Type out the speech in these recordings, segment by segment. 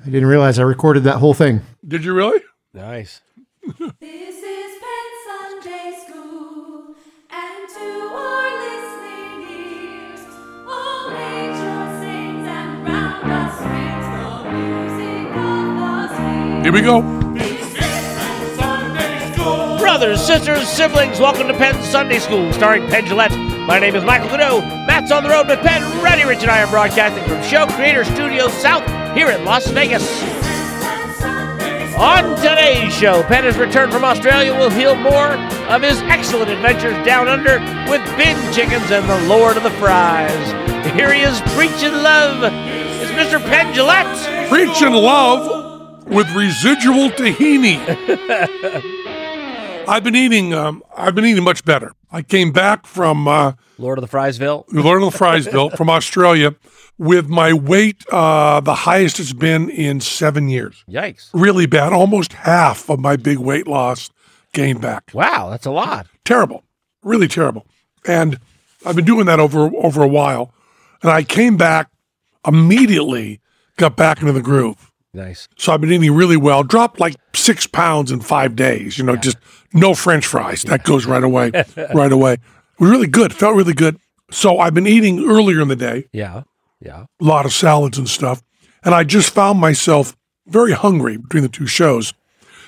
I didn't realize I recorded that whole thing. Did you really? Nice. This is Penn Sunday School, and to our listening ears, all nature sings and round us rings the music of the spheres. Here we go. Brothers, sisters, siblings, welcome to Penn's Sunday School, starring Penn Gillette. My name is Michael Cadeau. Matt's on the road with Penn. Ready Rich and I are broadcasting from Show Creator Studios South here in Las Vegas. Penn Sunday School. On today's show, Penn has returned from Australia. We'll hear more of his excellent adventures down under with Bin Chickens and the Lord of the Fries. Here he is preaching love. It's Mr. Penn Gillette. Preach in love with residual tahini. I've been eating. Um, I've been eating much better. I came back from uh, Lord of the Friesville. Learned the Friesville from Australia with my weight uh, the highest it's been in seven years. Yikes. Really bad. Almost half of my big weight loss came back. Wow, that's a lot. Terrible. Really terrible. And I've been doing that over over a while. And I came back immediately, got back into the groove. Nice. So I've been eating really well. Dropped like six pounds in five days. You know, just no French fries. That goes right away. right away. It was really good. Felt really good. So I've been eating earlier in the day, Yeah. Yeah. a lot of salads and stuff. And I just found myself very hungry between the two shows.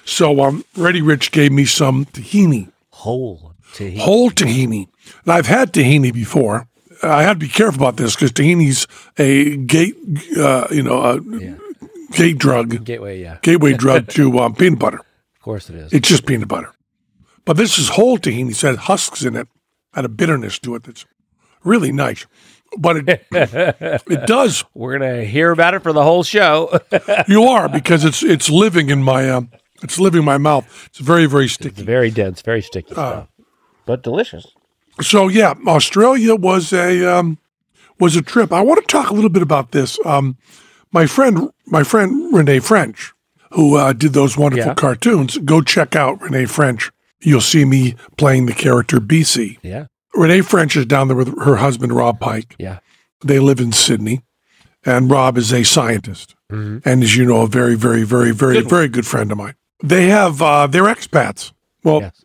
So um, Ready Rich gave me some tahini, Whole tahini. whole tahini. And I've had tahini before. I have to be careful about this because tahini's a gate, uh, you know, a gate drug Gateway, yeah. gateway drug to um, peanut butter. Of course it is. It's just peanut butter. But this is whole tahini. It's had husks in it, had a bitterness to it that's really nice. But it, it does. We're going to hear about it for the whole show. You are because it's it's living in my um, it's living in my mouth. It's very very sticky. very dense, very sticky stuff. But delicious. So yeah, Australia was a um, was a trip. I want to talk a little bit about this. Um, my friend, my friend Renee French, who uh, did those wonderful Yeah. cartoons. Go check out Renee French. You'll see me playing the character BC. Yeah. Renee French is down there with her husband Rob Pike. Yeah. They live in Sydney, and Rob is a scientist, Mm-hmm. and as you know, a very, very, very, very, very good friend of mine. They have uh, they're expats. Well, Yes.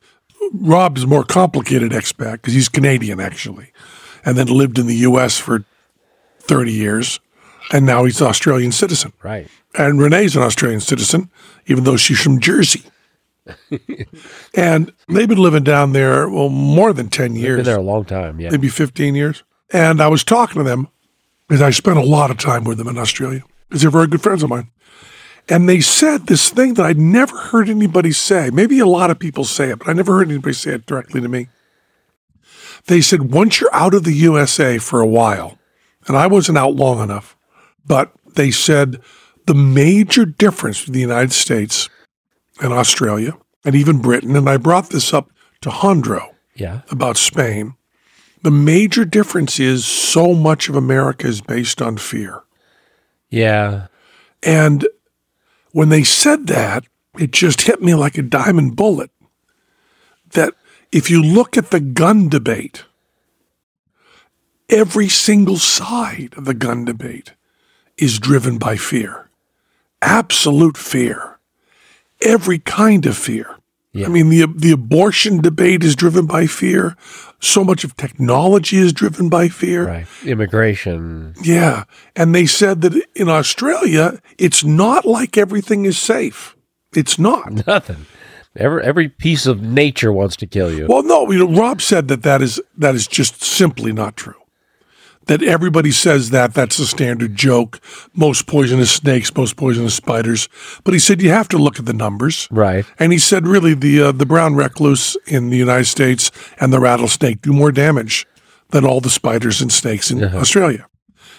Rob is a more complicated expat because he's Canadian actually, and then lived in the U.S. for thirty years, and now he's an Australian citizen. Right. And Renee's an Australian citizen, even though she's from Jersey. and they've been living down there well more than ten Been years there a long time. Yeah. maybe 15 years. And I was talking to them because I spent a lot of time with them in Australia because they're very good friends of mine. And they said this thing that I'd never heard anybody say. Maybe a lot of people say it, but I never heard anybody say it directly to me. They said, once you're out of the USA for a while, and I wasn't out long enough, but they said the major difference between the United States and Australia and even Britain, and I brought this up to Hondro Yeah. about Spain, the major difference is so much of America is based on fear. Yeah. And when they said that, it just hit me like a diamond bullet that if you look at the gun debate, every single side of the gun debate is driven by fear, absolute fear, every kind of fear. Yeah. I mean, the, the abortion debate is driven by fear. So much of technology is driven by fear. Right. Immigration. Yeah. And they said that in Australia, it's not like everything is safe. It's not. Nothing. Every every piece of nature wants to kill you. Well, no, you know, Rob said that that is that is just simply not true. That everybody says that that's the standard joke. Most poisonous snakes, most poisonous spiders. But he said you have to look at the numbers. Right. And he said, really, the uh, the brown recluse in the United States and the rattlesnake do more damage than all the spiders and snakes in Australia.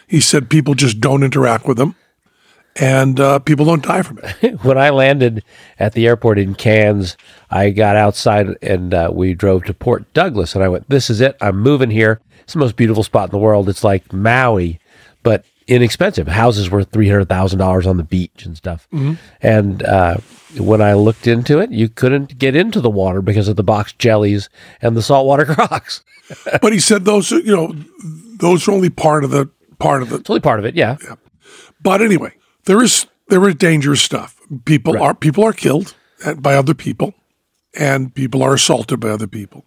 He said people just don't interact with them, and uh, people don't die from it. when I landed at the airport in Cairns, I got outside and uh, we drove to Port Douglas. And I went, This is it. I'm moving here. It's the most beautiful spot in the world. It's like Maui, but inexpensive. Houses were $300,000 on the beach and stuff. And uh, when I looked into it, you couldn't get into the water because of the box jellies and the saltwater crocs. but he said those, you know, those are only part of the part of the It's only part of it. Yeah. But anyway, there is there is dangerous stuff. People are people are killed at, by other people, and people are assaulted by other people.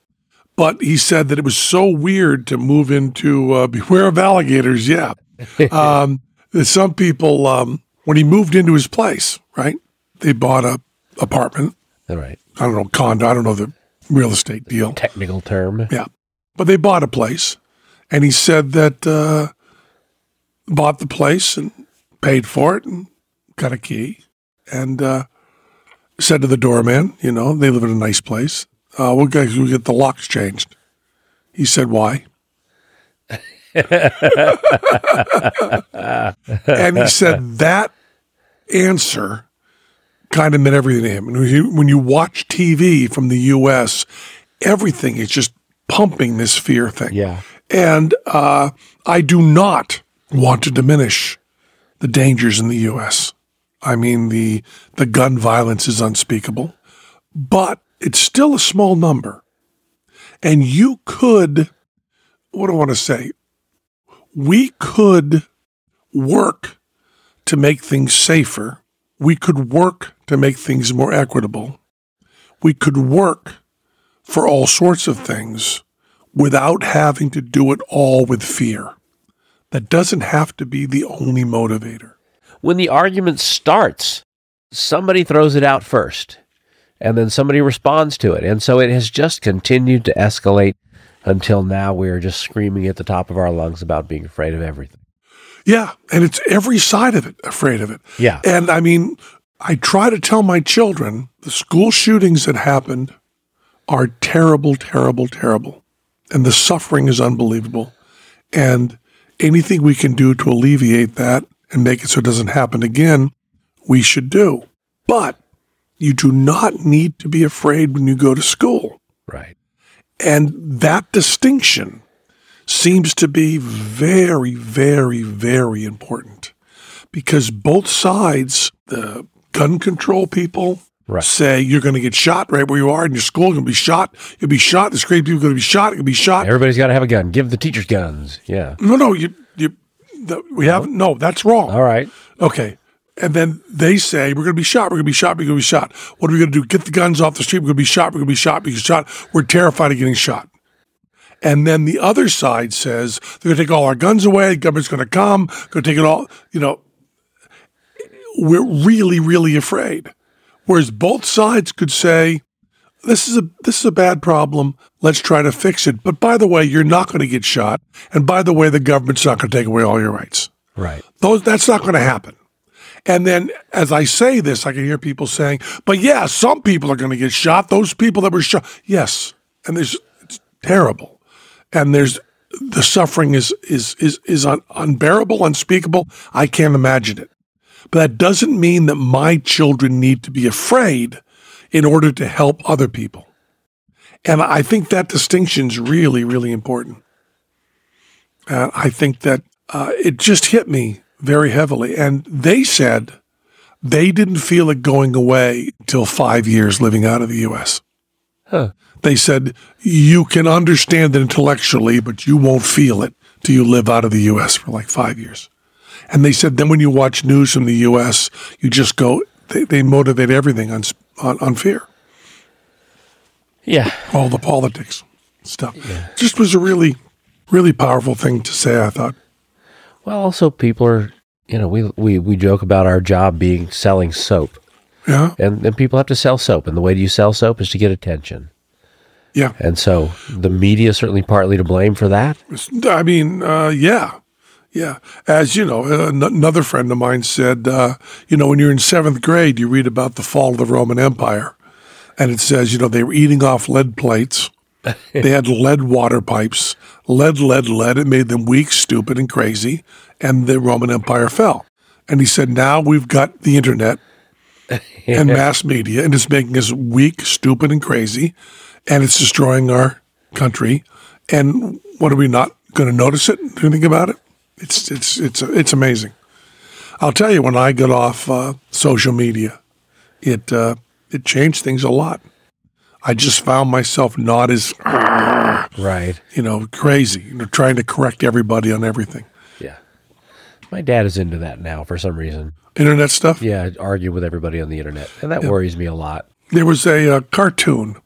But he said that it was so weird to move into uh, beware of alligators. Yeah, um, that some people um, when he moved into his place, right? They bought a apartment. All right. I don't know condo. I don't know the real estate deal. Technical term. Yeah. But they bought a place. And he said that uh, bought the place and paid for it and got a key and uh, said to the doorman, you know, they live in a nice place. Uh, we'll, get, we'll get the locks changed. He said, why? and he said that answer kind of meant everything to him. And when you, when you watch TV from the U.S., everything is just pumping this fear thing. Yeah. And uh, I do not want to diminish the dangers in the U.S. I mean, the the gun violence is unspeakable, but it's still a small number, and you could, what do I want to say? We could work to make things safer. We could work to make things more equitable. We could work for all sorts of things without having to do it all with fear. That doesn't have to be the only motivator. When the argument starts, somebody throws it out first, and then somebody responds to it. And so it has just continued to escalate until now we are just screaming at the top of our lungs about being afraid of everything. Yeah, and it's every side of it afraid of it. Yeah. And I mean, I try to tell my children the school shootings that happened are terrible, terrible, terrible. And the suffering is unbelievable. And anything we can do to alleviate that and make it so it doesn't happen again, we should do. But you do not need to be afraid when you go to school. Right. And that distinction seems to be very, very, very important because both sides, the gun control people, Right. say you're going to get shot right where you are, and your school going to be shot. You'll be shot. The great people going to be shot. You'll be shot. Everybody's got to have a gun. Give the teachers guns. Yeah. No, no, you, you, the, we haven't. No, that's wrong. All right. Okay. And then they say, we're going to be shot. We're going to be shot. We're going to be shot. What are we going to do? Get the guns off the street. We're going to be shot. We're going to be shot. We're going to be shot. We're terrified of getting shot. And then the other side says, they're going to take all our guns away. The government's going to come, going to take it all. You know, we're really, really afraid. Whereas both sides could say, this is a this is a bad problem. Let's try to fix it. But by the way, you're not going to get shot. And by the way, the government's not going to take away all your rights Right. those that's not going to happen and then as i say this i can hear people saying but yeah some people are going to get shot those people that were shot yes and there's it's terrible and there's the suffering is is is is un, unbearable unspeakable i can't imagine it but that doesn't mean that my children need to be afraid in order to help other people and i think that distinction's really really important uh, I think that uh, it just hit me very heavily. And they said they didn't feel it going away till five years living out of the U.S. Huh. They said you can understand it intellectually, but you won't feel it till you live out of the U.S. for like five years. And they said then when you watch news from the U.S., you just go. They, they motivate everything on, s- on on fear, Yeah. all the politics stuff. Just was a really, really powerful thing to say. I thought. Well, also people are, you know, we we we joke about our job being selling soap, Yeah, and and people have to sell soap, and the way do you sell soap is to get attention, yeah. and so the media is certainly partly to blame for that. I mean, uh, yeah, yeah. As you know, uh, n- another friend of mine said, uh, you know, when you're in seventh grade, you read about the fall of the Roman Empire, and it says, you know, they were eating off lead plates. they had lead water pipes, lead, lead, lead. It made them weak, stupid, and crazy, and the Roman Empire fell. And he said, now we've got the internet and mass media, and it's making us weak, stupid, and crazy, and it's destroying our country. And what are we not going to notice it? Do anything about it? It's it's it's it's amazing. I'll tell you, when I got off uh, social media, it uh, it changed things a lot. I just found myself not as Right. you know crazy, you know, trying to correct everybody on everything. Yeah. My dad is into that now for some reason. internet stuff. Yeah, I'd argue with everybody on the internet, and that worries me a lot. There was a uh, cartoon,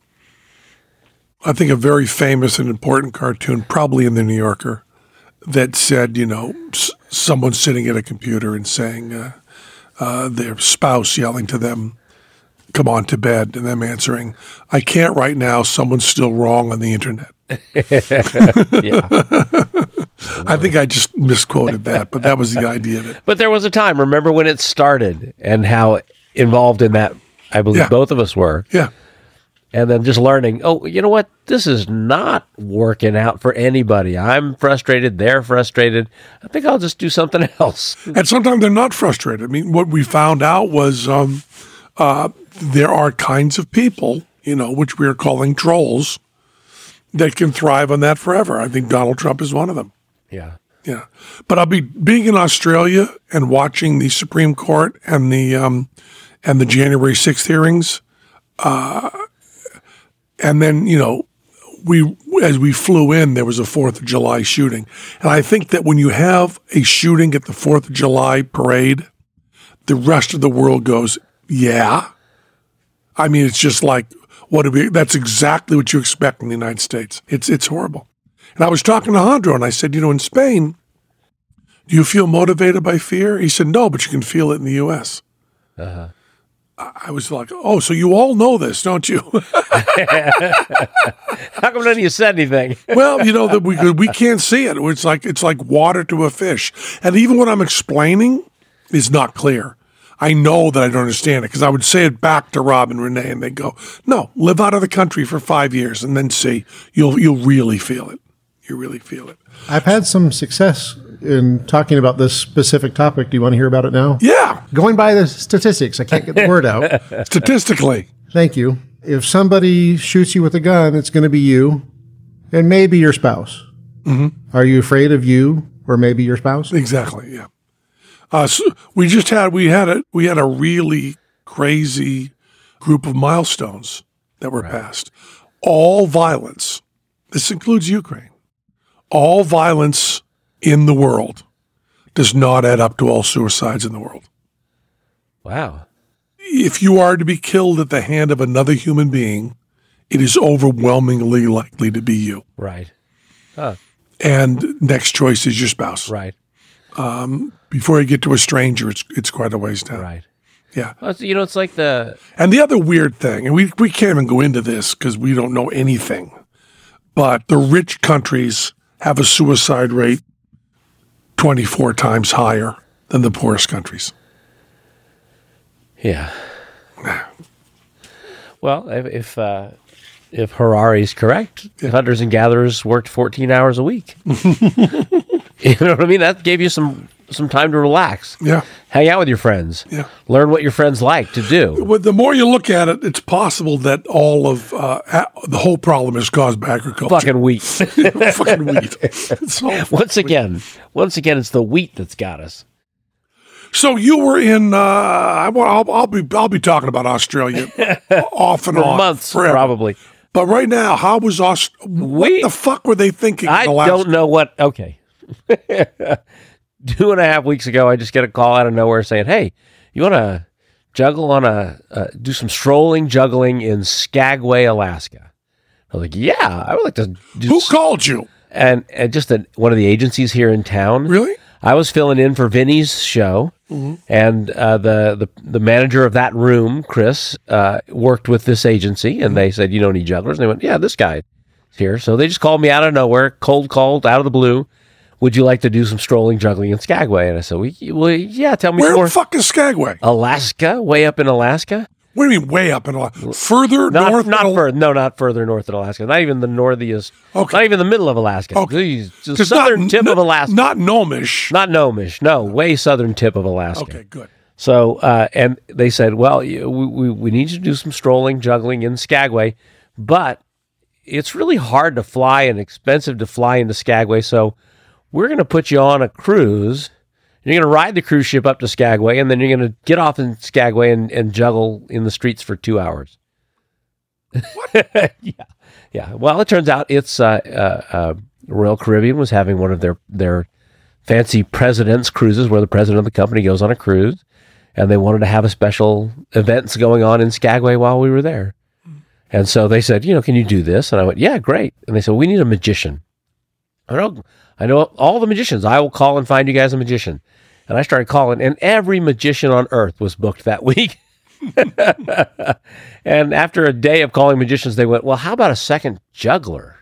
I think a very famous and important cartoon, probably in the New Yorker, that said, you know, s- someone sitting at a computer and saying, uh, uh, their spouse yelling to them, come on to bed, and them answering, I can't right now, someone's still wrong on the internet. Yeah, I think I just misquoted that, but that was the idea of it. but there was a time. Remember when it started and how involved in that I believe Yeah. both of us were, Yeah. and then just learning. Oh, you know what? This is not working out for anybody. I'm frustrated. They're frustrated. I think I'll just do something else. And sometimes they're not frustrated. I mean, what we found out was um, uh, there are kinds of people, you know, which we are calling trolls, that can thrive on that forever. I think Donald Trump is one of them. Yeah, Yeah. But I'll be being in Australia and watching the Supreme Court and the um, and the January sixth hearings, uh, and then you know we as we flew in there was a Fourth of July shooting, and I think that when you have a shooting at the Fourth of July parade, the rest of the world goes, yeah. I mean, it's just like what do we? That's exactly what you expect in the United States. It's it's horrible. And I was talking to Alejandro and I said, you know, in Spain, do you feel motivated by fear? He said, no, but you can feel it in the U.S. I I was like, oh, so you all know this, don't you? how come none of you said anything? well, you know that we we can't see it. It's like it's like water to a fish. And even what I'm explaining is not clear. I know that I don't understand it because I would say it back to Rob and Renee, and they go, "No, live out of the country for five years and then see. You'll you'll really feel it. You really feel it." I've had some success in talking about this specific topic. Do you want to hear about it now? Yeah, Going by the statistics, I can't get the word out. statistically, Thank you. If somebody shoots you with a gun, it's going to be you and maybe your spouse. Are you afraid of you or maybe your spouse? exactly. Yeah. Uh, so we just had we had a we had a really crazy group of milestones that were passed. All violence. This includes Ukraine. All violence in the world does not add up to all suicides in the world. Wow. If you are to be killed at the hand of another human being, it is overwhelmingly likely to be you. Right. And next choice is your spouse. Right. Before you get to a stranger, it's it's quite a ways down. Right. Yeah. Well, it's- you know, it's like the And the other weird thing, and we, we can't even go into this because we don't know anything, but the rich countries have a suicide rate 24 times higher than the poorest countries. yeah. Well, if if, uh, if Harari's correct, hunters and gatherers worked fourteen hours a week. you know what I mean? That gave you some some time to relax, Yeah. hang out with your friends, Yeah. learn what your friends like to do. But the more you look at it, it's possible that all of uh, a- the whole problem is caused by agriculture. Fucking wheat. Fucking, wheat. It's all- once again, once again, it's the wheat that's got us. so you were in. Uh, I, will I'll be. I'll be talking about Australia off and For on months, forever. probably. But right now, how was Aust? We- What the fuck were they thinking? in I the last- don't know what. Okay. Two and a half weeks ago, I just get a call out of nowhere saying, "Hey, you want to juggle on a uh, do some strolling juggling in Skagway, Alaska?" I was like, "Yeah, I would like to." Do Who s-" called you? and, and just an, one of the agencies here in town. Really? Mm-hmm. I was filling in for Vinny's show, and uh, the, the the manager of that room, Chris, uh, worked with this agency, and they said, "You know any jugglers?" And they went, "Yeah, this guy is here." So they just called me out of nowhere, cold called out of the blue. Would you like to do some strolling juggling in Skagway? And I said, "We- "Well, yeah, tell me Where more." the fuck is Skagway? Alaska, way up in Alaska, What do you mean way up in Alaska? Further not north? not than Al- further, no, not further north than Alaska, not even the northiest, Okay. not even the middle of Alaska, Okay. Jeez, the 'Cause southern tip no- of Alaska, not, Not Gnomish. Gnomish, no, way southern tip of Alaska. okay, good. So, uh, and they said, well, you- we, we, we need you to do some strolling, juggling in Skagway, but it's really hard to fly and expensive to fly into Skagway. So, we're going to put you on a cruise. You're going to ride the cruise ship up to Skagway, and then you're going to get off in Skagway and, and juggle in the streets for two hours. yeah. Yeah. Well, it turns out it's uh, uh, uh, Royal Caribbean was having one of their, their fancy president's cruises where the president of the company goes on a cruise and they wanted to have a special events going on in Skagway while we were there. And so they said, you know, can you do this? And I went, yeah, great. And they said, we need a magician. I know, I know all the magicians. I will call and find you guys a magician. And I started calling, and every magician on earth was booked that week. and after a day of calling magicians, they went, well, how about a second juggler?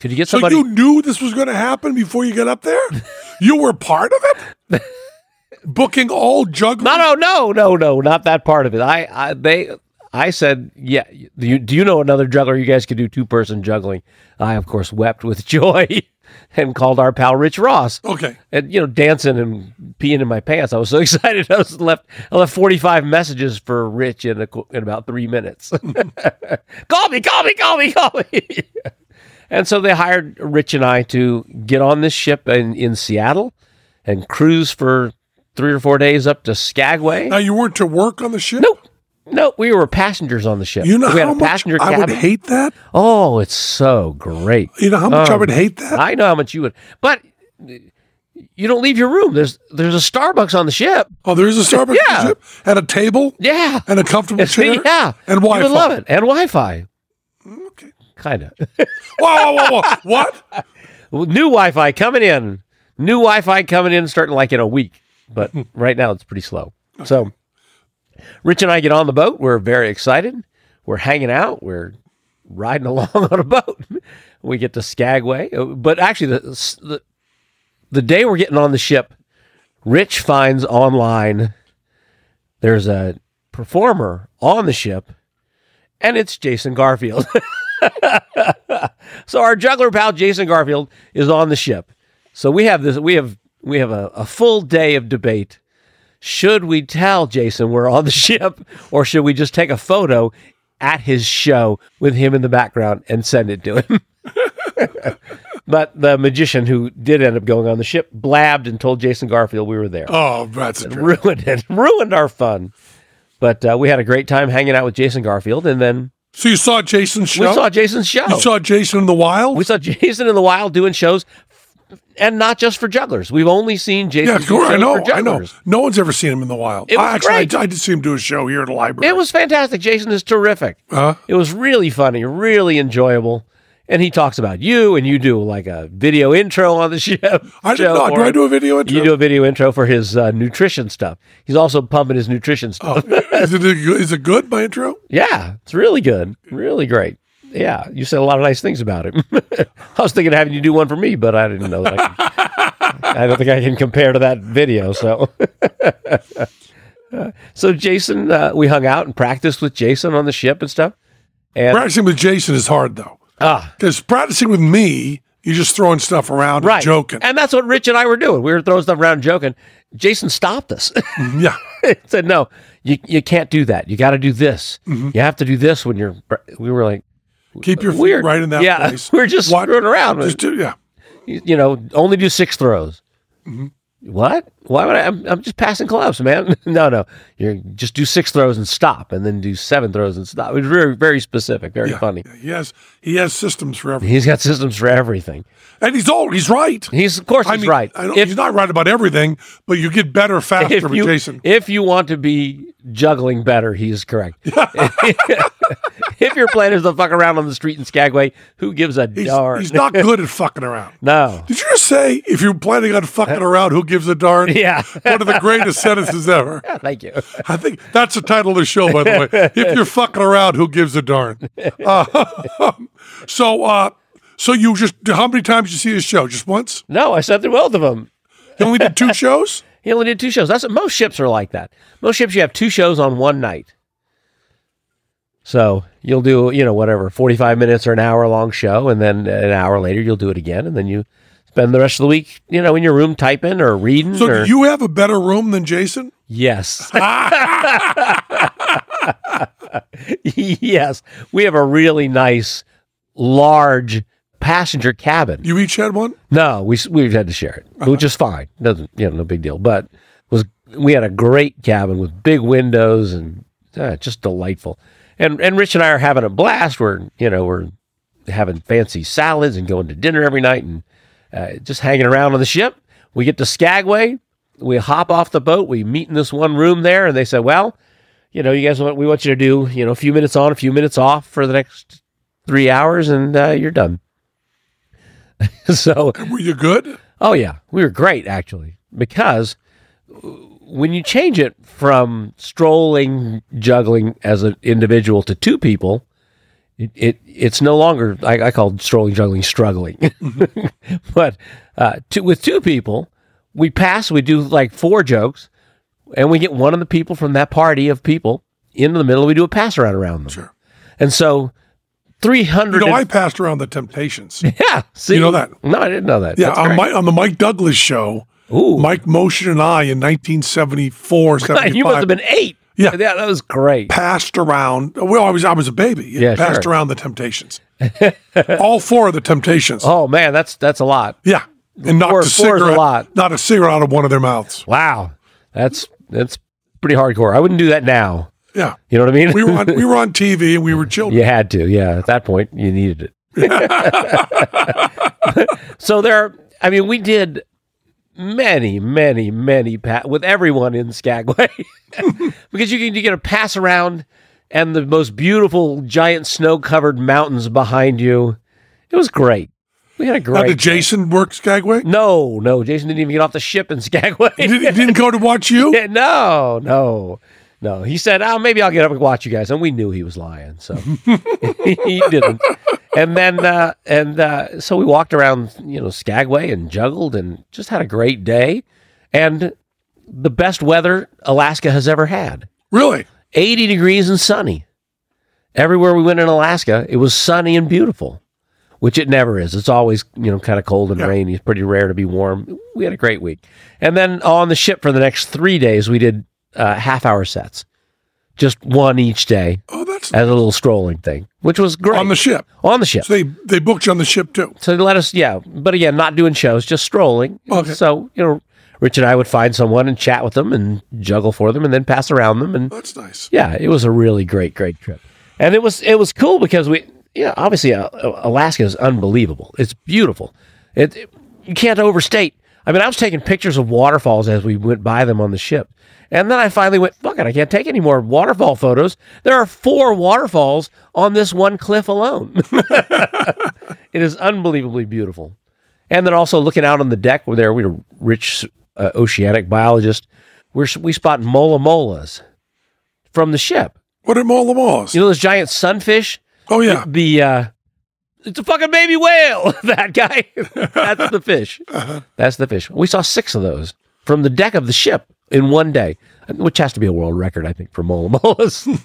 Could you get So somebody? you knew this was going to happen before you got up there? you were part of it? Booking all jugglers? No, no, no, no, no, not that part of it. I, I, they, I said, yeah. Do you, do you know another juggler? You guys could do two person juggling. I, of course, wept with joy and called our pal Rich Ross. Okay. And you know, dancing and peeing in my pants. I was so excited. I was left. I left forty five messages for Rich in a, qu- in about three minutes. call me, call me, call me, call me. and so they hired Rich and I to get on this ship in, in Seattle and cruise for three or four days up to Skagway. Now you weren't to work on the ship? Nope. No, we were passengers on the ship. You know we how had a much passenger I would cabin. hate that? oh, it's so great. You know how much I Um, would hate that? I know how much you would, but you don't leave your room. There's there's a Starbucks on the ship. oh, there is a Starbucks on Yeah. the ship? And a table? Yeah, And a comfortable chair? yeah, And You would Wi-Fi? love it, and Wi-Fi, Okay. kind of Whoa, whoa, whoa, whoa. what? new Wi-Fi coming in, new Wi-Fi coming in, starting like in a week. But right now it's pretty slow. So Rich and I get on the boat. We're very excited. We're hanging out. We're riding along on a boat. we get to Skagway, Uh, but actually the the, the day we're getting on the ship, Rich finds online there's a performer on the ship, and it's Jason Garfield. so our juggler pal Jason Garfield is on the ship. So we have this. We have we have a, a full day of debate. Should we tell Jason we're on the ship, or should we just take a photo at his show with him in the background and send it to him? but the magician who did end up going on the ship blabbed and told Jason Garfield we were there Oh, that's a trip. ruined it, ruined our fun. But uh, we had a great time hanging out with Jason Garfield, and then So you saw Jason's we show? saw Jason's show. you saw Jason in the wild? we saw Jason in the wild doing shows, and not just for jugglers. We've only seen Jason. yeah, do sure. I shows know. for I know. jugglers. No one's ever seen him in the wild. It was I actually, great. I, I did see him do a show here at the library. It was fantastic. Jason is terrific. Uh-huh. It was really funny, really enjoyable. And he talks about you, and you do like a video intro on the show. I did show not. for Do I him. do a video intro? You do a video intro for his uh, nutrition stuff. He's also pumping his nutrition stuff. Oh, is, it a, good- is it good, my intro? Yeah, it's really good. Really great. Yeah, you said a lot of nice things about it. I was thinking of having you do one for me, but I didn't know that. I, could, I don't think I can compare to that video. So, so Jason, uh, we hung out and practiced with Jason on the ship and stuff. And Practicing with Jason is hard, though. ah, Because practicing with me, you're just throwing stuff around right, and joking. and that's what Rich and I were doing. We were throwing stuff around, and joking. Jason stopped us. Mm-hmm. yeah. said, "No, you you can't do that. You got to do this. You have to do this when you're." pr-" We were like, Keep your feet Weird. right in that Yeah, place. we're just screwing around. Just do, yeah. you you know, only do six throws. Mm-hmm. What? Why would I? I'm, I'm just passing clubs, man. no, no. You're just do six throws and stop, and then do seven throws and stop. It was very, very specific, very funny. He has, he has systems for everything. He's got systems for everything. And he's old. He's right. He's of course I he's mean, right. I don't, If, he's not right about everything, but you get better faster if with you Jason. if you want to be juggling better, he is correct. if your plan is to fuck around on the street in Skagway, who gives a He's, darn? he's not good at fucking around. no. Did you just say if you're planning on fucking around, who gives a darn? Yeah. One of the greatest sentences ever. Thank you. I think that's the title of the show, by the way. If you're fucking around, who gives a darn? Uh, so, uh, so you just how many times you see his show? Just once? No, I sat through both of them. He only did two shows. He only did two shows. That's most ships are like that. Most ships you have two shows on one night. So you'll do you know whatever forty five minutes or an hour long show, and then an hour later you'll do it again, and then you spend the rest of the week you know in your room typing or reading. So or, do you have a better room than Jason? yes, yes, we have a really nice large passenger cabin. You each had one. No, we s- we had to share it, which is fine. Doesn't you know, no big deal. But was we had a great cabin with big windows and uh, just delightful. And and Rich and I are having a blast. We're you know we're having fancy salads and going to dinner every night and uh, just hanging around on the ship. We get to Skagway. we hop off the boat. We meet in this one room there, and they said, "Well, you know, you guys want we want you to do you know a few minutes on, a few minutes off for the next three hours, and uh, you're done." so Were you good? Oh yeah, we were great actually because when you change it from strolling juggling as an individual to two people, it, it it's no longer I, I call strolling juggling struggling, Mm-hmm. but uh, two, with two people we pass we do like four jokes, and we get one of the people from that party of people into the middle. We do a pass around around them, Sure. and so three You hundred. know, I passed around the Temptations. yeah, see, You know that. No, I didn't know that. Yeah, uh, That's on, great. my, on the Mike Douglas show, Ooh. Mike Motion and I in 1974, 75, you must have been eight. Yeah. yeah, that was great. passed around. Well, I was I was a baby. It Yeah, passed sure. around the Temptations. All four of the Temptations. Oh man, that's that's a lot. Yeah, and knocked Four- a four is a cigarette, lot. not a cigarette out of one of their mouths. Wow, that's that's pretty hardcore. I wouldn't do that now. Yeah, You know what I mean? we were on, we were on TV and we were children. you had to, yeah. At that point, you needed it. so there, I mean, we did many, many, many pa- with everyone in Skagway because you can you get a pass around and the most beautiful giant snow-covered mountains behind you. It was great. We had a Now, great. did Jason work Skagway? No, no, Jason didn't even get off the ship in Skagway. He didn't, he didn't go to watch you. Yeah, no, no, no. He said, "Oh, maybe I'll get up and watch you guys," and we knew he was lying, so he didn't. And then, uh, and uh, so we walked around, you know, Skagway and juggled, and just had a great day, and the best weather Alaska has ever had. Really? 80 degrees and sunny. Everywhere we went in Alaska, it was sunny and beautiful, which it never is. It's always, you know, kind of cold and rainy. It's pretty rare to be warm. We had a great week. And then on the ship for the next three days, we did uh, half hour sets, just one each day Oh, that's as a little strolling thing, which was great. on the ship. On the ship. So they they booked you on the ship too. So they let us, yeah. But again, not doing shows, just strolling. Okay. So, you know, Rich and I would find someone and chat with them and juggle for them and then pass around them. And That's nice. yeah, it was a really great, great trip, and it was it was cool because we, you know, obviously uh, Alaska is unbelievable. It's beautiful. It, it- you can't overstate. I mean, I was taking pictures of waterfalls as we went by them on the ship, and then I finally went, "Fuck it, I can't take any more waterfall photos." There are four waterfalls on this one cliff alone. it is unbelievably beautiful, and then also looking out on the deck where there we were rich uh, oceanic biologist. We're, we spot mola molas from the ship. What are Mola Malls? You know those giant sunfish? oh yeah, The uh it's a fucking baby whale. that guy. That's the fish. That's the fish. We saw six of those from the deck of the ship in one day, which has to be a world record, I think, for mola molas.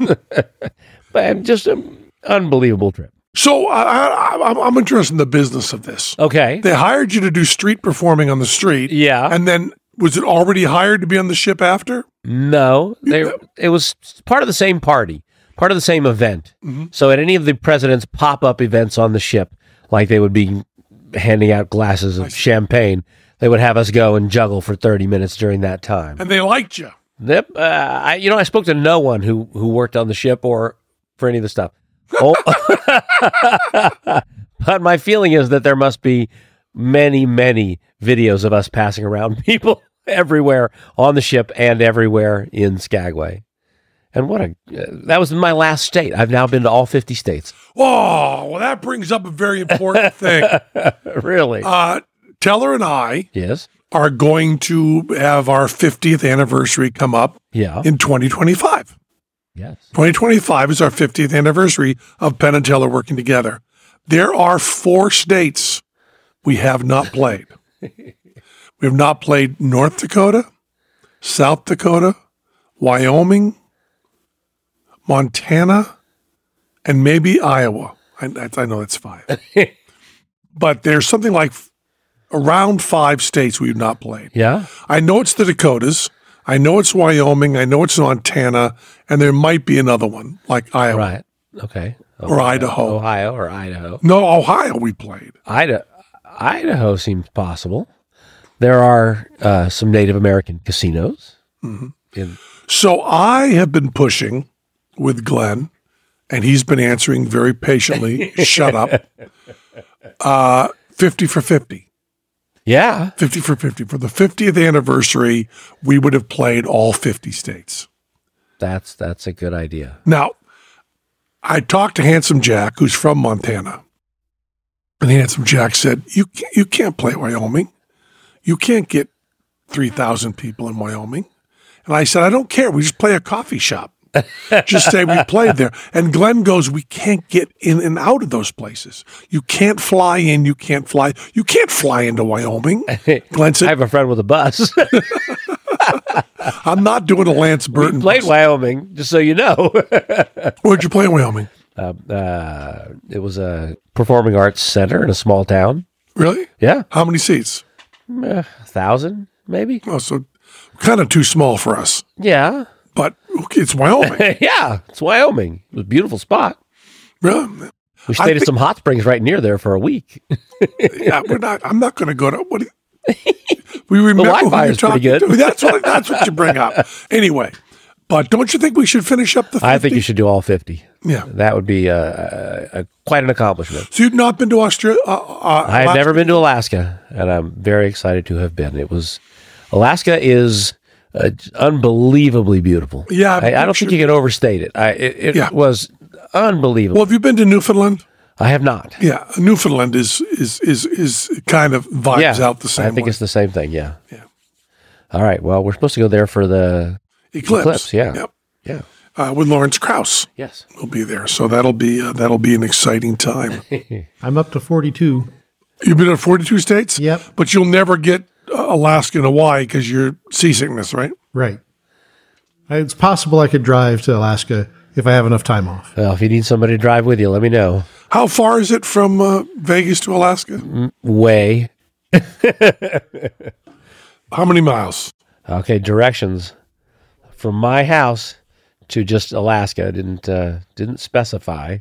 but just an unbelievable trip. So I, I, I'm- I'm interested in the business of this. Okay. They hired you to do street performing on the street. Yeah. And then was it already hired to be on the ship after? No, they, it was part of the same party, part of the same event. So at any of the president's pop up events on the ship, like they would be handing out glasses of champagne, they would have us go and juggle for 30 minutes during that time. And they liked you. Yep. Uh, I, you know, I spoke to no one who who worked on the ship or for any of the stuff. Oh, but my feeling is that there must be many, many videos of us passing around people everywhere on the ship and everywhere in Skagway. And what a uh, that was my last state. I've now been to all fifty states. Oh, well, that brings up a very important thing. really? Uh, Teller and I yes. are going to have our 50th anniversary come up Yeah. in 2025. yes. 2025 is our 50th anniversary of Penn and Teller working together. There are four states we have not played. we have not played North Dakota, South Dakota, Wyoming, Montana, and maybe Iowa. I, I- I know that's five. but there's something like f- around five states we've not played. Yeah. I know it's the Dakotas. I know it's Wyoming. I know it's Montana, and there might be another one like Iowa Right. Okay. Oh, or Idaho. Ohio or Idaho. No, Ohio. We played. Idaho, Idaho seems possible. There are uh, some Native American casinos. In, So I have been pushing with Glenn, and he's been answering very patiently. shut up. Uh, fifty for fifty. Yeah. 50 for 50. For the 50th anniversary, we would have played all 50 states. That's that's a good idea. Now, I talked to Handsome Jack, who's from Montana, and Handsome Jack said, "You can't, you can't play Wyoming. You can't get three thousand people in Wyoming." And I said, "I don't care. We just play a coffee shop. just say we played there." And Glenn goes, "We can't get in and out of those places. You can't fly in. You can't fly. You can't fly into Wyoming." Glenn I said, have a friend with a bus. "I'm not doing a Lance Burton. Played Wyoming, just so you know. Where'd you play in Wyoming? um, uh, it was a performing arts center in a small town. Really? Yeah, How many seats? Eh, a thousand maybe. Oh, so kind of too small for us." Yeah, But okay, it's Wyoming. yeah. It's Wyoming. It was a beautiful spot. really? I We stayed at think- some hot springs right near there for a week. Yeah, we're not. I'm not going to go to what. do you- We remember Wi-Fi who you're is pretty talking good. to. That's what. That's what you bring up. Anyway, but don't you think we should finish up the? 50? I think you should do all fifty. Yeah. That would be uh, uh, uh, quite an accomplishment. So you've not been to Australia? Uh, uh, I Alaska? had never been to Alaska, and I'm very excited to have been. It was Alaska is uh, unbelievably beautiful. Yeah, I've I, I don't think you can overstate it. I it, it Yeah. was unbelievable. Well, have you been to Newfoundland? I have not. Yeah, Newfoundland is is is is kind of vibes out the same. I think way. it's the same thing. Yeah. Yeah. All right. Well, we're supposed to go there for the Eclipse. Eclipse, yeah. Yep. yeah. Uh, with Lawrence Krauss, Yes. will be there. So that'll be uh, that'll be an exciting time. I'm up to 42. You've been to 42 states. Yep. But you'll never get uh, Alaska and Hawaii because you're seasickness, right? Right. I- It's possible I could drive to Alaska if I have enough time off. Well, if you need somebody to drive with you, let me know. How far is it from uh, Vegas to Alaska? Way. How many miles? Okay. Directions from my house to just Alaska I didn't uh, didn't specify.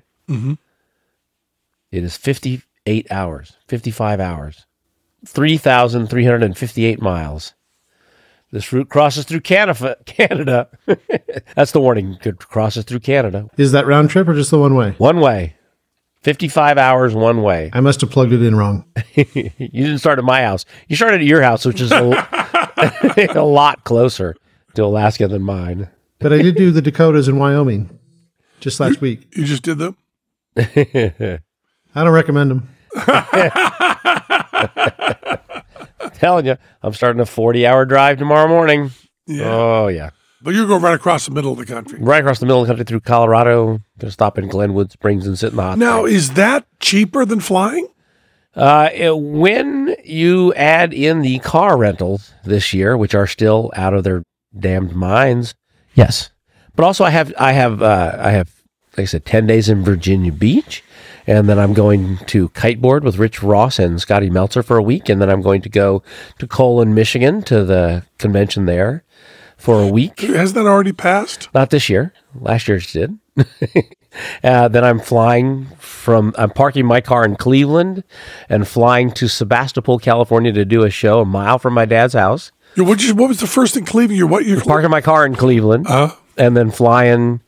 It is fifty eight hours, fifty five hours, three thousand three hundred and fifty eight miles. This route crosses through Canada. Canada. That's the warning. It crosses through Canada. Is that round trip or just the one way? One way. 55 hours one way. I must have plugged it in wrong. you didn't start at my house. You started at your house, which is a, a lot closer to Alaska than mine. But I did do the Dakotas and Wyoming just last week. You just did them? I don't recommend them. Telling you, I'm starting a 40 hour drive tomorrow morning. Oh, yeah. But you're going right across the middle of the country. Right across the middle of the country through Colorado. Gonna stop in Glenwood Springs and sit in the hot Now, springs. is that cheaper than flying? Uh, it- when you add in the car rentals this year, which are still out of their damned minds, yes. But also, I have, I have, uh, I have, like I said, ten days in Virginia Beach, and then I'm going to kiteboard with Rich Ross and Scotty Meltzer for a week, and then I'm going to go to Colon, Michigan, to the convention there for a week. Has that already passed? Not this year. Last year it did. uh, then I'm flying from, I'm parking my car in Cleveland and flying to Sebastopol, California to do a show a mile from my dad's house. You- What, you, what was the first in Cleveland? Your what? Your Parking my car in Cleveland Uh, and then flying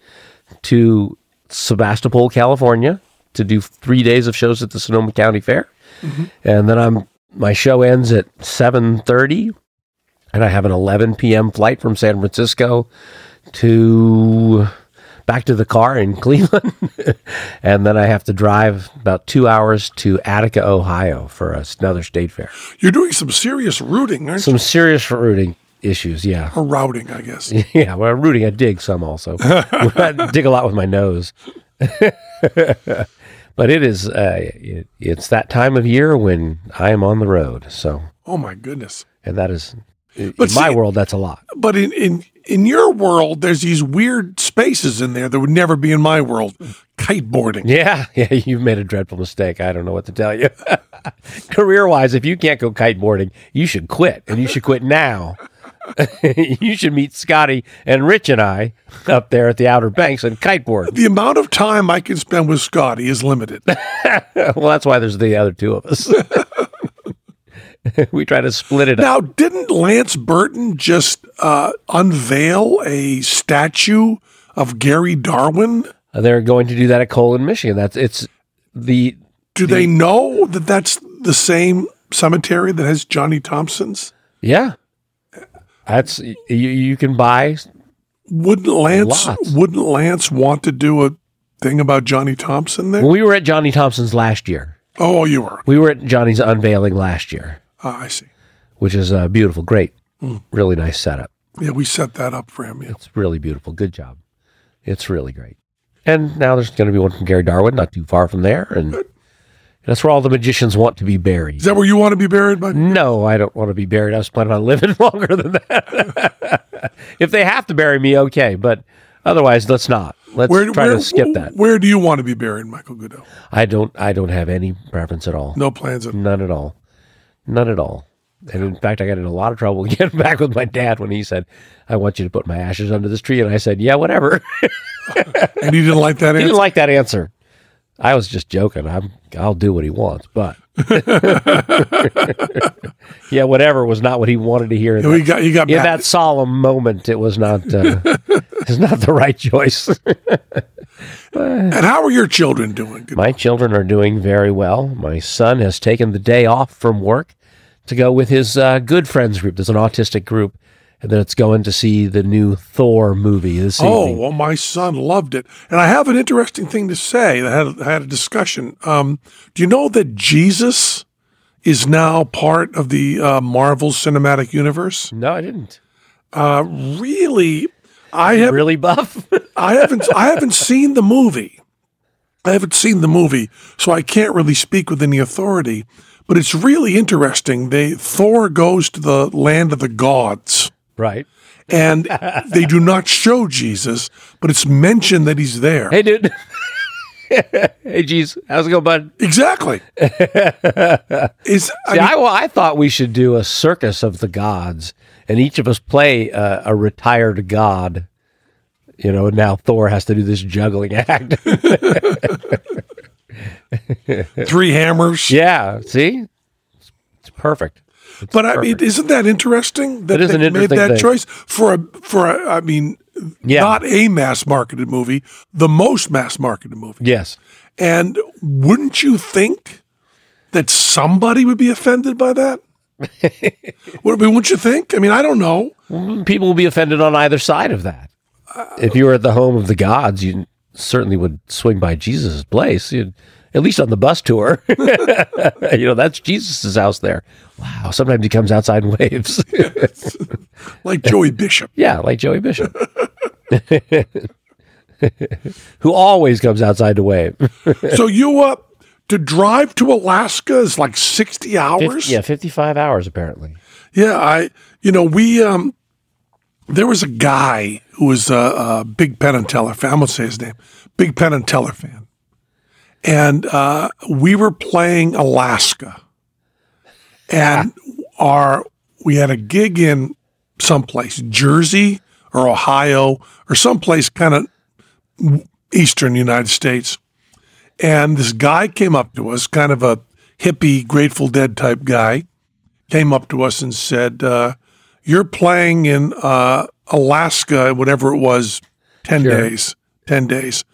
to Sebastopol, California to do three days of shows at the Sonoma County Fair. And then I'm, my show ends at 7.30 and I have an 11 p.m. flight from San Francisco to back to the car in Cleveland, and then I have to drive about two hours to Attica, Ohio, for a- another state fair. you're doing some serious rooting, aren't Some serious routing issues, yeah, you? Or routing, I guess. yeah. Well, routing, I dig some also. I dig a lot with my nose, but it is uh, it, it's that time of year when I am on the road. So, Oh my goodness! and that is in But my see- world, that's a lot. But in in in your world, there's these weird spaces in there that would never be in my world. Kiteboarding. Yeah, yeah, you've made a dreadful mistake. I don't know what to tell you. Career wise, if you can't go kiteboarding, you should quit, and you should quit now. you should meet Scotty and Rich and I up there at the Outer Banks and kiteboard. The amount of time I can spend with Scotty is limited. well, that's why there's the other two of us. we try to split it up. Now, didn't Lance Burton just uh, unveil a statue of Gary Darwin? They're going to do that at Colon, Michigan. That's it's the Do they know that that's the same cemetery that has Johnny Thompson's? Yeah. That's you, you can buy Wouldn't Lance Lots. wouldn't Lance want to do a thing about Johnny Thompson there? when we were at Johnny Thompson's last year. Oh, you were. We were at Johnny's unveiling last year, Ah, I see. which is uh, beautiful, great, really nice setup. Yeah, we set that up for him. Yeah. It's really beautiful. Good job. It's really great. And now there's going to be one from Gary Darwin, not too far from there, and that's where all the magicians want to be buried. Is that where you want to be buried? By No, I don't want to be buried. I was planning on living longer than that. if they have to bury me, okay, but otherwise, let's not. Let's try to skip that. Where do you want to be buried, Michael Goodell? I don't. I don't have any preference at all. No plans. At, None at all. None at all. And in fact, I got in a lot of trouble getting back with my dad when he said, "I want you to put my ashes under this tree," and I said, "Yeah, whatever." and he didn't like that He answer. didn't like that answer. I was just joking. I'm, I'll do what he wants, but yeah, whatever was not what he wanted to hear. In, we that, got you got in mad. that solemn moment, it was not. Uh, it's not the right choice. And how are your children doing? Good- My children are doing very well. My son has taken the day off from work to go with his uh, good friends group. There's an autistic group, and then it's going to see the new Thor movie this Oh, evening. well, my son loved it. And I have an interesting thing to say that I had, I had a discussion. Um, do you know that Jesus is now part of the uh, Marvel Cinematic Universe? No, I didn't. Uh, really, I have Really buff? I haven't I haven't seen the movie. I haven't seen the movie, so I can't really speak with any authority. But it's really interesting. They Thor goes to the land of the gods, right. and they do not show Jesus, but it's mentioned that he's there. Hey, dude. hey, geez, how's it going, bud? Exactly. Is I See, mean, I, well, I thought we should do a circus of the gods, and each of us play uh, a retired god. You know, and now Thor has to do this juggling act. three hammers. yeah, see, it's, it's perfect. but I mean, perfect. isn't that interesting that It is they an made interesting that thing. choice for a for a, I mean, Yeah. not a mass marketed movie, the most mass marketed movie. Yes, And wouldn't you think that somebody would be offended by that? Would- I mean, wouldn't you think? I mean, I don't know. people will be offended on either side of that. if you were at the home of the gods, you certainly would swing by Jesus' place. You'd, at least on the bus tour, you know that's Jesus' house there. Wow, sometimes he comes outside and waves. Like Joey Bishop. Yeah, like Joey Bishop. Who always comes outside to wave. So you uh, to drive to Alaska is like sixty hours. yeah, 55 hours apparently. Yeah, I you know we um there was a guy who was a, a big Penn and Teller fan. I'm gonna say his name, big Penn and Teller fan, and uh, we were playing Alaska, and our we had a gig in someplace Jersey or Ohio or someplace kind of eastern United States, and this guy came up to us, kind of a hippie Grateful Dead type guy came up to us and said, uh, "You're playing in uh, Alaska, whatever it was, ten days, ten days.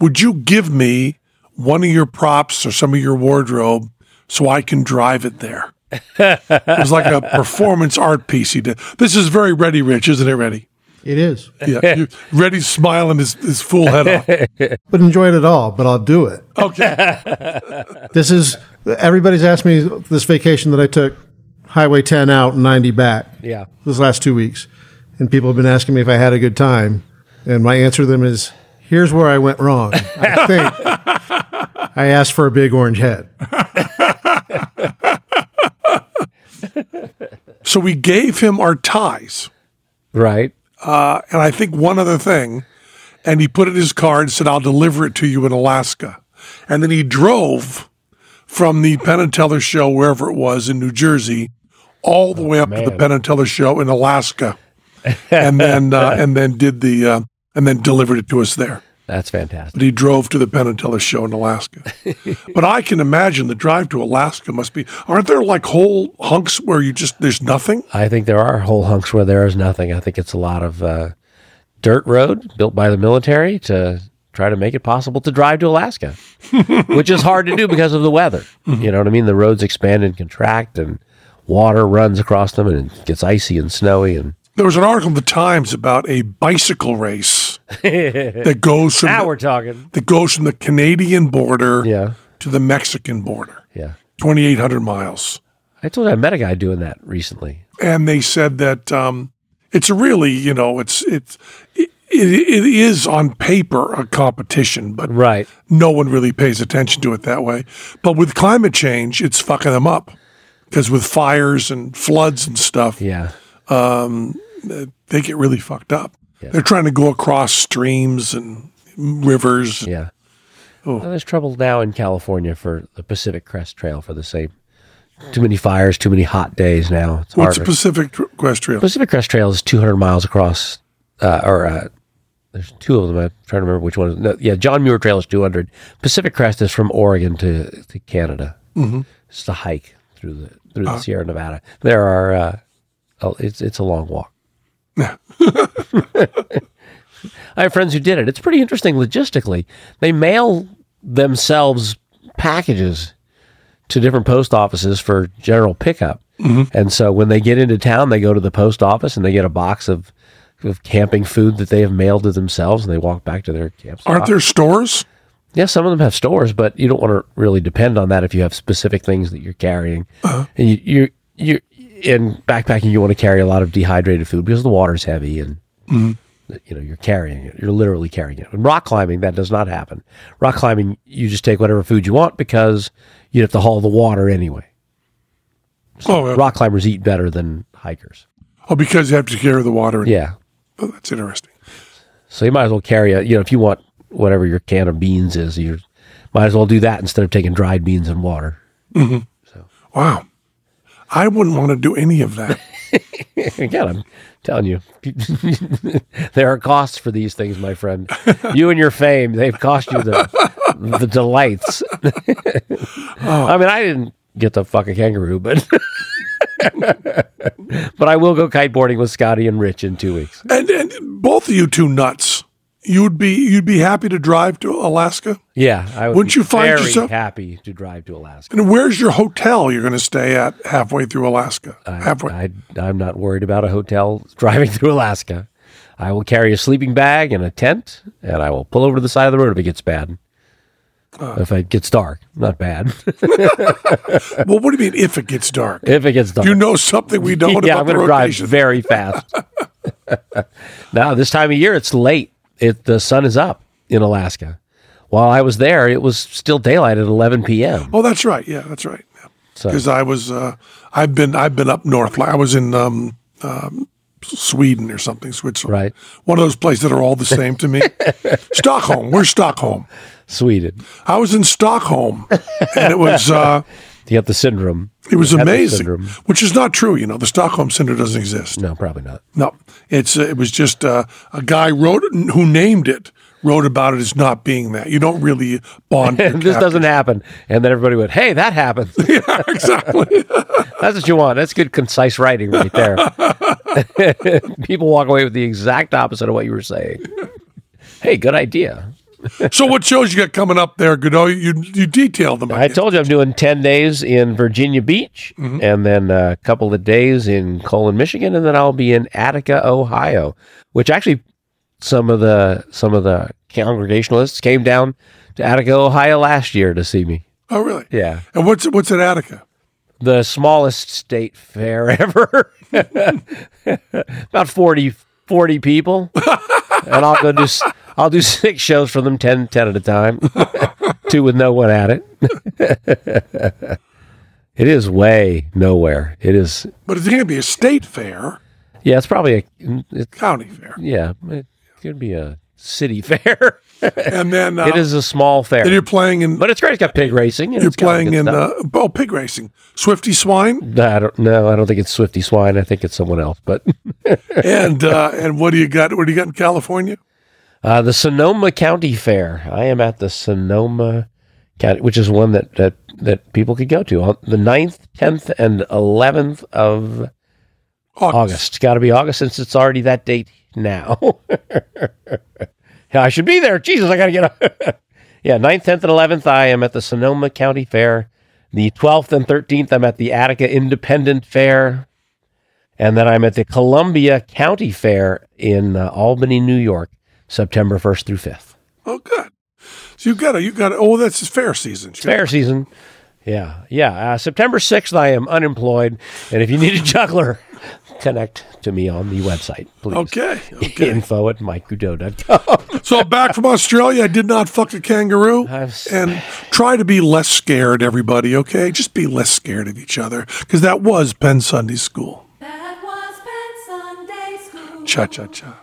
Would you give me one of your props or some of your wardrobe so I can drive it there?" it was like a performance art piece he did. This is very Ready Rich, isn't it, Ready? It is. Yeah, you- Ready's smiling his, his full head off. But enjoy it all, but I'll do it. Okay, This is everybody's asked me this vacation that I took highway 10 out and 90 back. Yeah. This last 2 weeks. And people have been asking me if I had a good time, and my answer to them is here's where I went wrong. I think I asked for a big orange head. so we gave him our ties. Right. and I think one other thing. And he put it in his car and said, I'll deliver it to you in Alaska. And then he drove from the Penn and Teller show, wherever it was in New Jersey, all the way up to the Penn and Teller show in Alaska. and then, uh, and then did the, uh, and then delivered it to us there. That's fantastic. But he drove to the Penn and Teller show in Alaska. but I can imagine the drive to Alaska must be, aren't there like whole hunks where you just, there's nothing? I think there are whole hunks where there is nothing. I think it's a lot of uh, dirt road built by the military to try to make it possible to drive to Alaska, which is hard to do because of the weather. You know what I mean? The roads expand and contract, and water runs across them, and it gets icy and snowy. And There was an article in the Times about a bicycle race that goes from now the, we're talking. that goes from the Canadian border Yeah, to the Mexican border, yeah. twenty eight hundred miles. I told you I met a guy doing that recently. and they said that um, it's really you know it's it's it, it is on paper a competition but Right. no one really pays attention to it that way but with climate change it's fucking them up because with fires and floods and stuff Yeah. they get really fucked up they're trying to go across streams and rivers Yeah. Well, there's trouble now in California for the Pacific Crest Trail for the same. Too many fires, too many hot days now. It's what's the harder. pacific quest trail Pacific Crest Trail is 200 miles across, uh, or uh, there's two of them. I'm trying to remember which one. No, yeah, John Muir Trail is 200. Pacific Crest is from Oregon to, to Canada. Mm-hmm. Uh. It's a hike through the through the Sierra Nevada. There are, uh, oh, it's it's a long walk. I have friends who did it. It's pretty interesting logistically. They mail themselves packages to different post offices for general pickup. And so when they get into town, they go to the post office and they get a box of, of camping food that they have mailed to themselves and they walk back to their campsite. aren't there stores Yeah, some of them have stores, but you don't want to really depend on that if you have specific things that you're carrying. And you, you you in backpacking, you want to carry a lot of dehydrated food because the water's heavy and you know you're carrying it. You're literally carrying it. In rock climbing, that does not happen. Rock climbing, you just take whatever food you want because you have to haul the water anyway. oh, uh, Rock climbers eat better than hikers. oh because you have to carry the water Yeah, oh, that's interesting So you might as well carry a, you know, if you want whatever your can of beans is, you might as well do that instead of taking dried beans and water. wow i wouldn't want to do any of that Again, I'm telling you, there are costs for these things, my friend. You and your fame, they've cost you the, the delights. Oh. I mean, I didn't get to fuck a kangaroo, but. but I will go kiteboarding with Scotty and Rich in two weeks. And and both of you two nuts. You would be you'd be happy to drive to Alaska. Yeah, I would Wouldn't be you find very yourself- happy to drive to Alaska? And where's your hotel you're going to stay at halfway through Alaska? halfway. I, I'm not worried about a hotel driving through Alaska. I will carry a sleeping bag and a tent, and I will pull over to the side of the road if it gets bad. Uh. if it gets dark, not bad. well, what do you mean if it gets dark? if it gets dark, You know something we don't yeah, I'm about the going to drive rotation. very fast. now, this time of year, it's late. It the sun is up in Alaska. While I was there, it was still daylight at 11 p.m. oh, that's right. Yeah, that's right. So- Because I was uh, I've been I've been up north. Like I was in um, um, Sweden or something, Switzerland. Right, One of those places that are all the same to me. Stockholm. Where's Stockholm? Sweden. I was in Stockholm, and it was. Uh, You have the syndrome. It was Hepburn amazing, syndrome. which is not true. You know, the Stockholm Syndrome doesn't exist. No, probably not. No, it's uh, it was just uh, a guy wrote who named it wrote about it as not being that. You don't really bond. your this cap- doesn't happen. And then everybody went, hey, that happened. yeah, exactly. That's what you want. That's good, concise writing right there. People walk away with the exact opposite of what you were saying. Hey, good idea. so, what shows you got coming up there, Godot? You you detailed them. I told you I'm doing 10 days in Virginia Beach and then a couple of days in Colon, Michigan, and then I'll be in Attica, Ohio, which actually some of the some of the congregationalists came down to Attica, Ohio last year to see me. oh, really? Yeah. And what's what's at Attica? the smallest state fair ever. About 40, 40 people. and I'll go do s- I'll do six shows for them 10, 10 at a time. Two with no one at it. it is way nowhere. It is But it's going to be a state fair, yeah, it's probably a it, county fair, yeah, it could be a city fair. and then uh, it is a small fair. Then you're playing in but it's great. It's got pig racing. and you're it's got playing good in stuff. uh, oh pig racing, Swifty Swine, No, I don't, no, I don't think it's Swifty Swine. I think it's someone else. But and uh, and what do you got? What do you got in California? Uh, the Sonoma County Fair. I am at the Sonoma County, which is one that that, that people could go to on the 9th, 10th, and 11th of August. Got to be August since it's already that date now. I should be there. Jesus, I got to get up. yeah, 9th, 10th, and 11th, I am at the Sonoma County Fair. The 12th and 13th, I'm at the Attica Independent Fair. And then I'm at the Columbia County Fair in uh, Albany, New York, September 1st through 5th. Oh, good. So you got to, you got to, oh, that's fair season. Fair season. Yeah, yeah. Uh, September 6th, I am unemployed. And if you need a juggler, connect to me on the website, please. Okay. Okay. Info at mikegudeau.com. so I'm back from Australia. I did not fuck a kangaroo. I'm s- And try to be less scared, everybody, okay? Just be less scared of each other because that was Penn Sunday School. That was Penn Sunday School. Cha cha cha.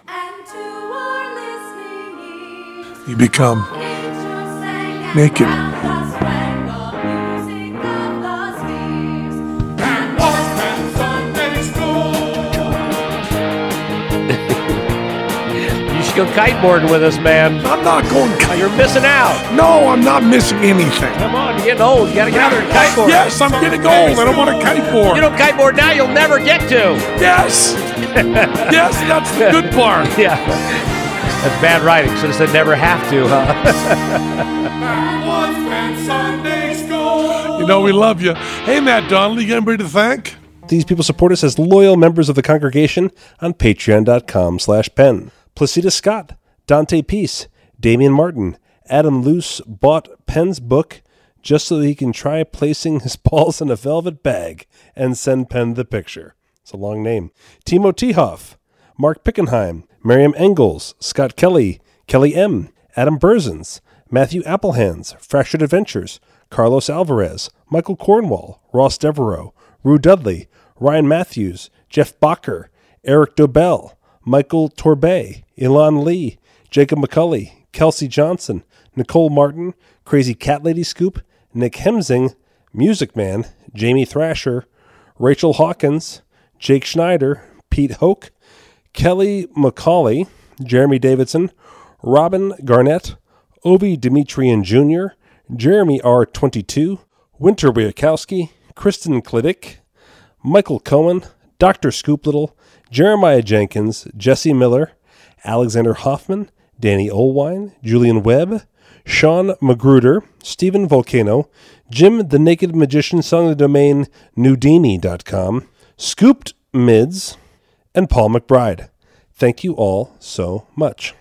And to our listening ears, You become. angels sang and Naked. round us rang the music of the spheres. you should go kiteboarding with us, man. I'm not going kite. You're missing out. No, I'm not missing anything. Come on, you're getting old. You got to get out there and kiteboard. Yes, I'm getting old. I don't want to kiteboard. You don't kiteboard now, you'll never get to. yes. yes, that's the good part. Yeah. That's bad writing. Should have said never have to, huh? You know, we love you. Hey, Matt Donnelly, you got anybody to thank? These people support us as loyal members of the congregation on patreon.com slash pen. Placida Scott, Dante Peace, Damian Martin, Adam Luce bought Penn's book just so that he can try placing his balls in a velvet bag and send Penn the picture. It's a long name. Timo Tehoff, Mark Pickenheim, Miriam Engels, Scott Kelly, Kelly M., Adam Burzens, Matthew Applehands, Fractured Adventures, Carlos Alvarez, Michael Cornwall, Ross Devereaux, Rue Dudley, Ryan Matthews, Jeff Bacher, Eric Dobell, Michael Torbay, Elon Lee, Jacob McCulley, Kelsey Johnson, Nicole Martin, Crazy Cat Lady Scoop, Nick Hemsing, Music Man, Jamie Thrasher, Rachel Hawkins, Jake Schneider, Pete Hoke, Kelly McCauley, Jeremy Davidson, Robin Garnett, Ovi Demetrian Jr., Jeremy R22, Winter Wiakowski, Kristen Kliddick, Michael Cohen, Dr. Scooplittle, Jeremiah Jenkins, Jesse Miller, Alexander Hoffman, Danny Olwine, Julian Webb, Sean Magruder, Stephen Volcano, Jim the Naked Magician, selling the domain nudini.com, Scooped Mids, and Paul McBride. Thank you all so much.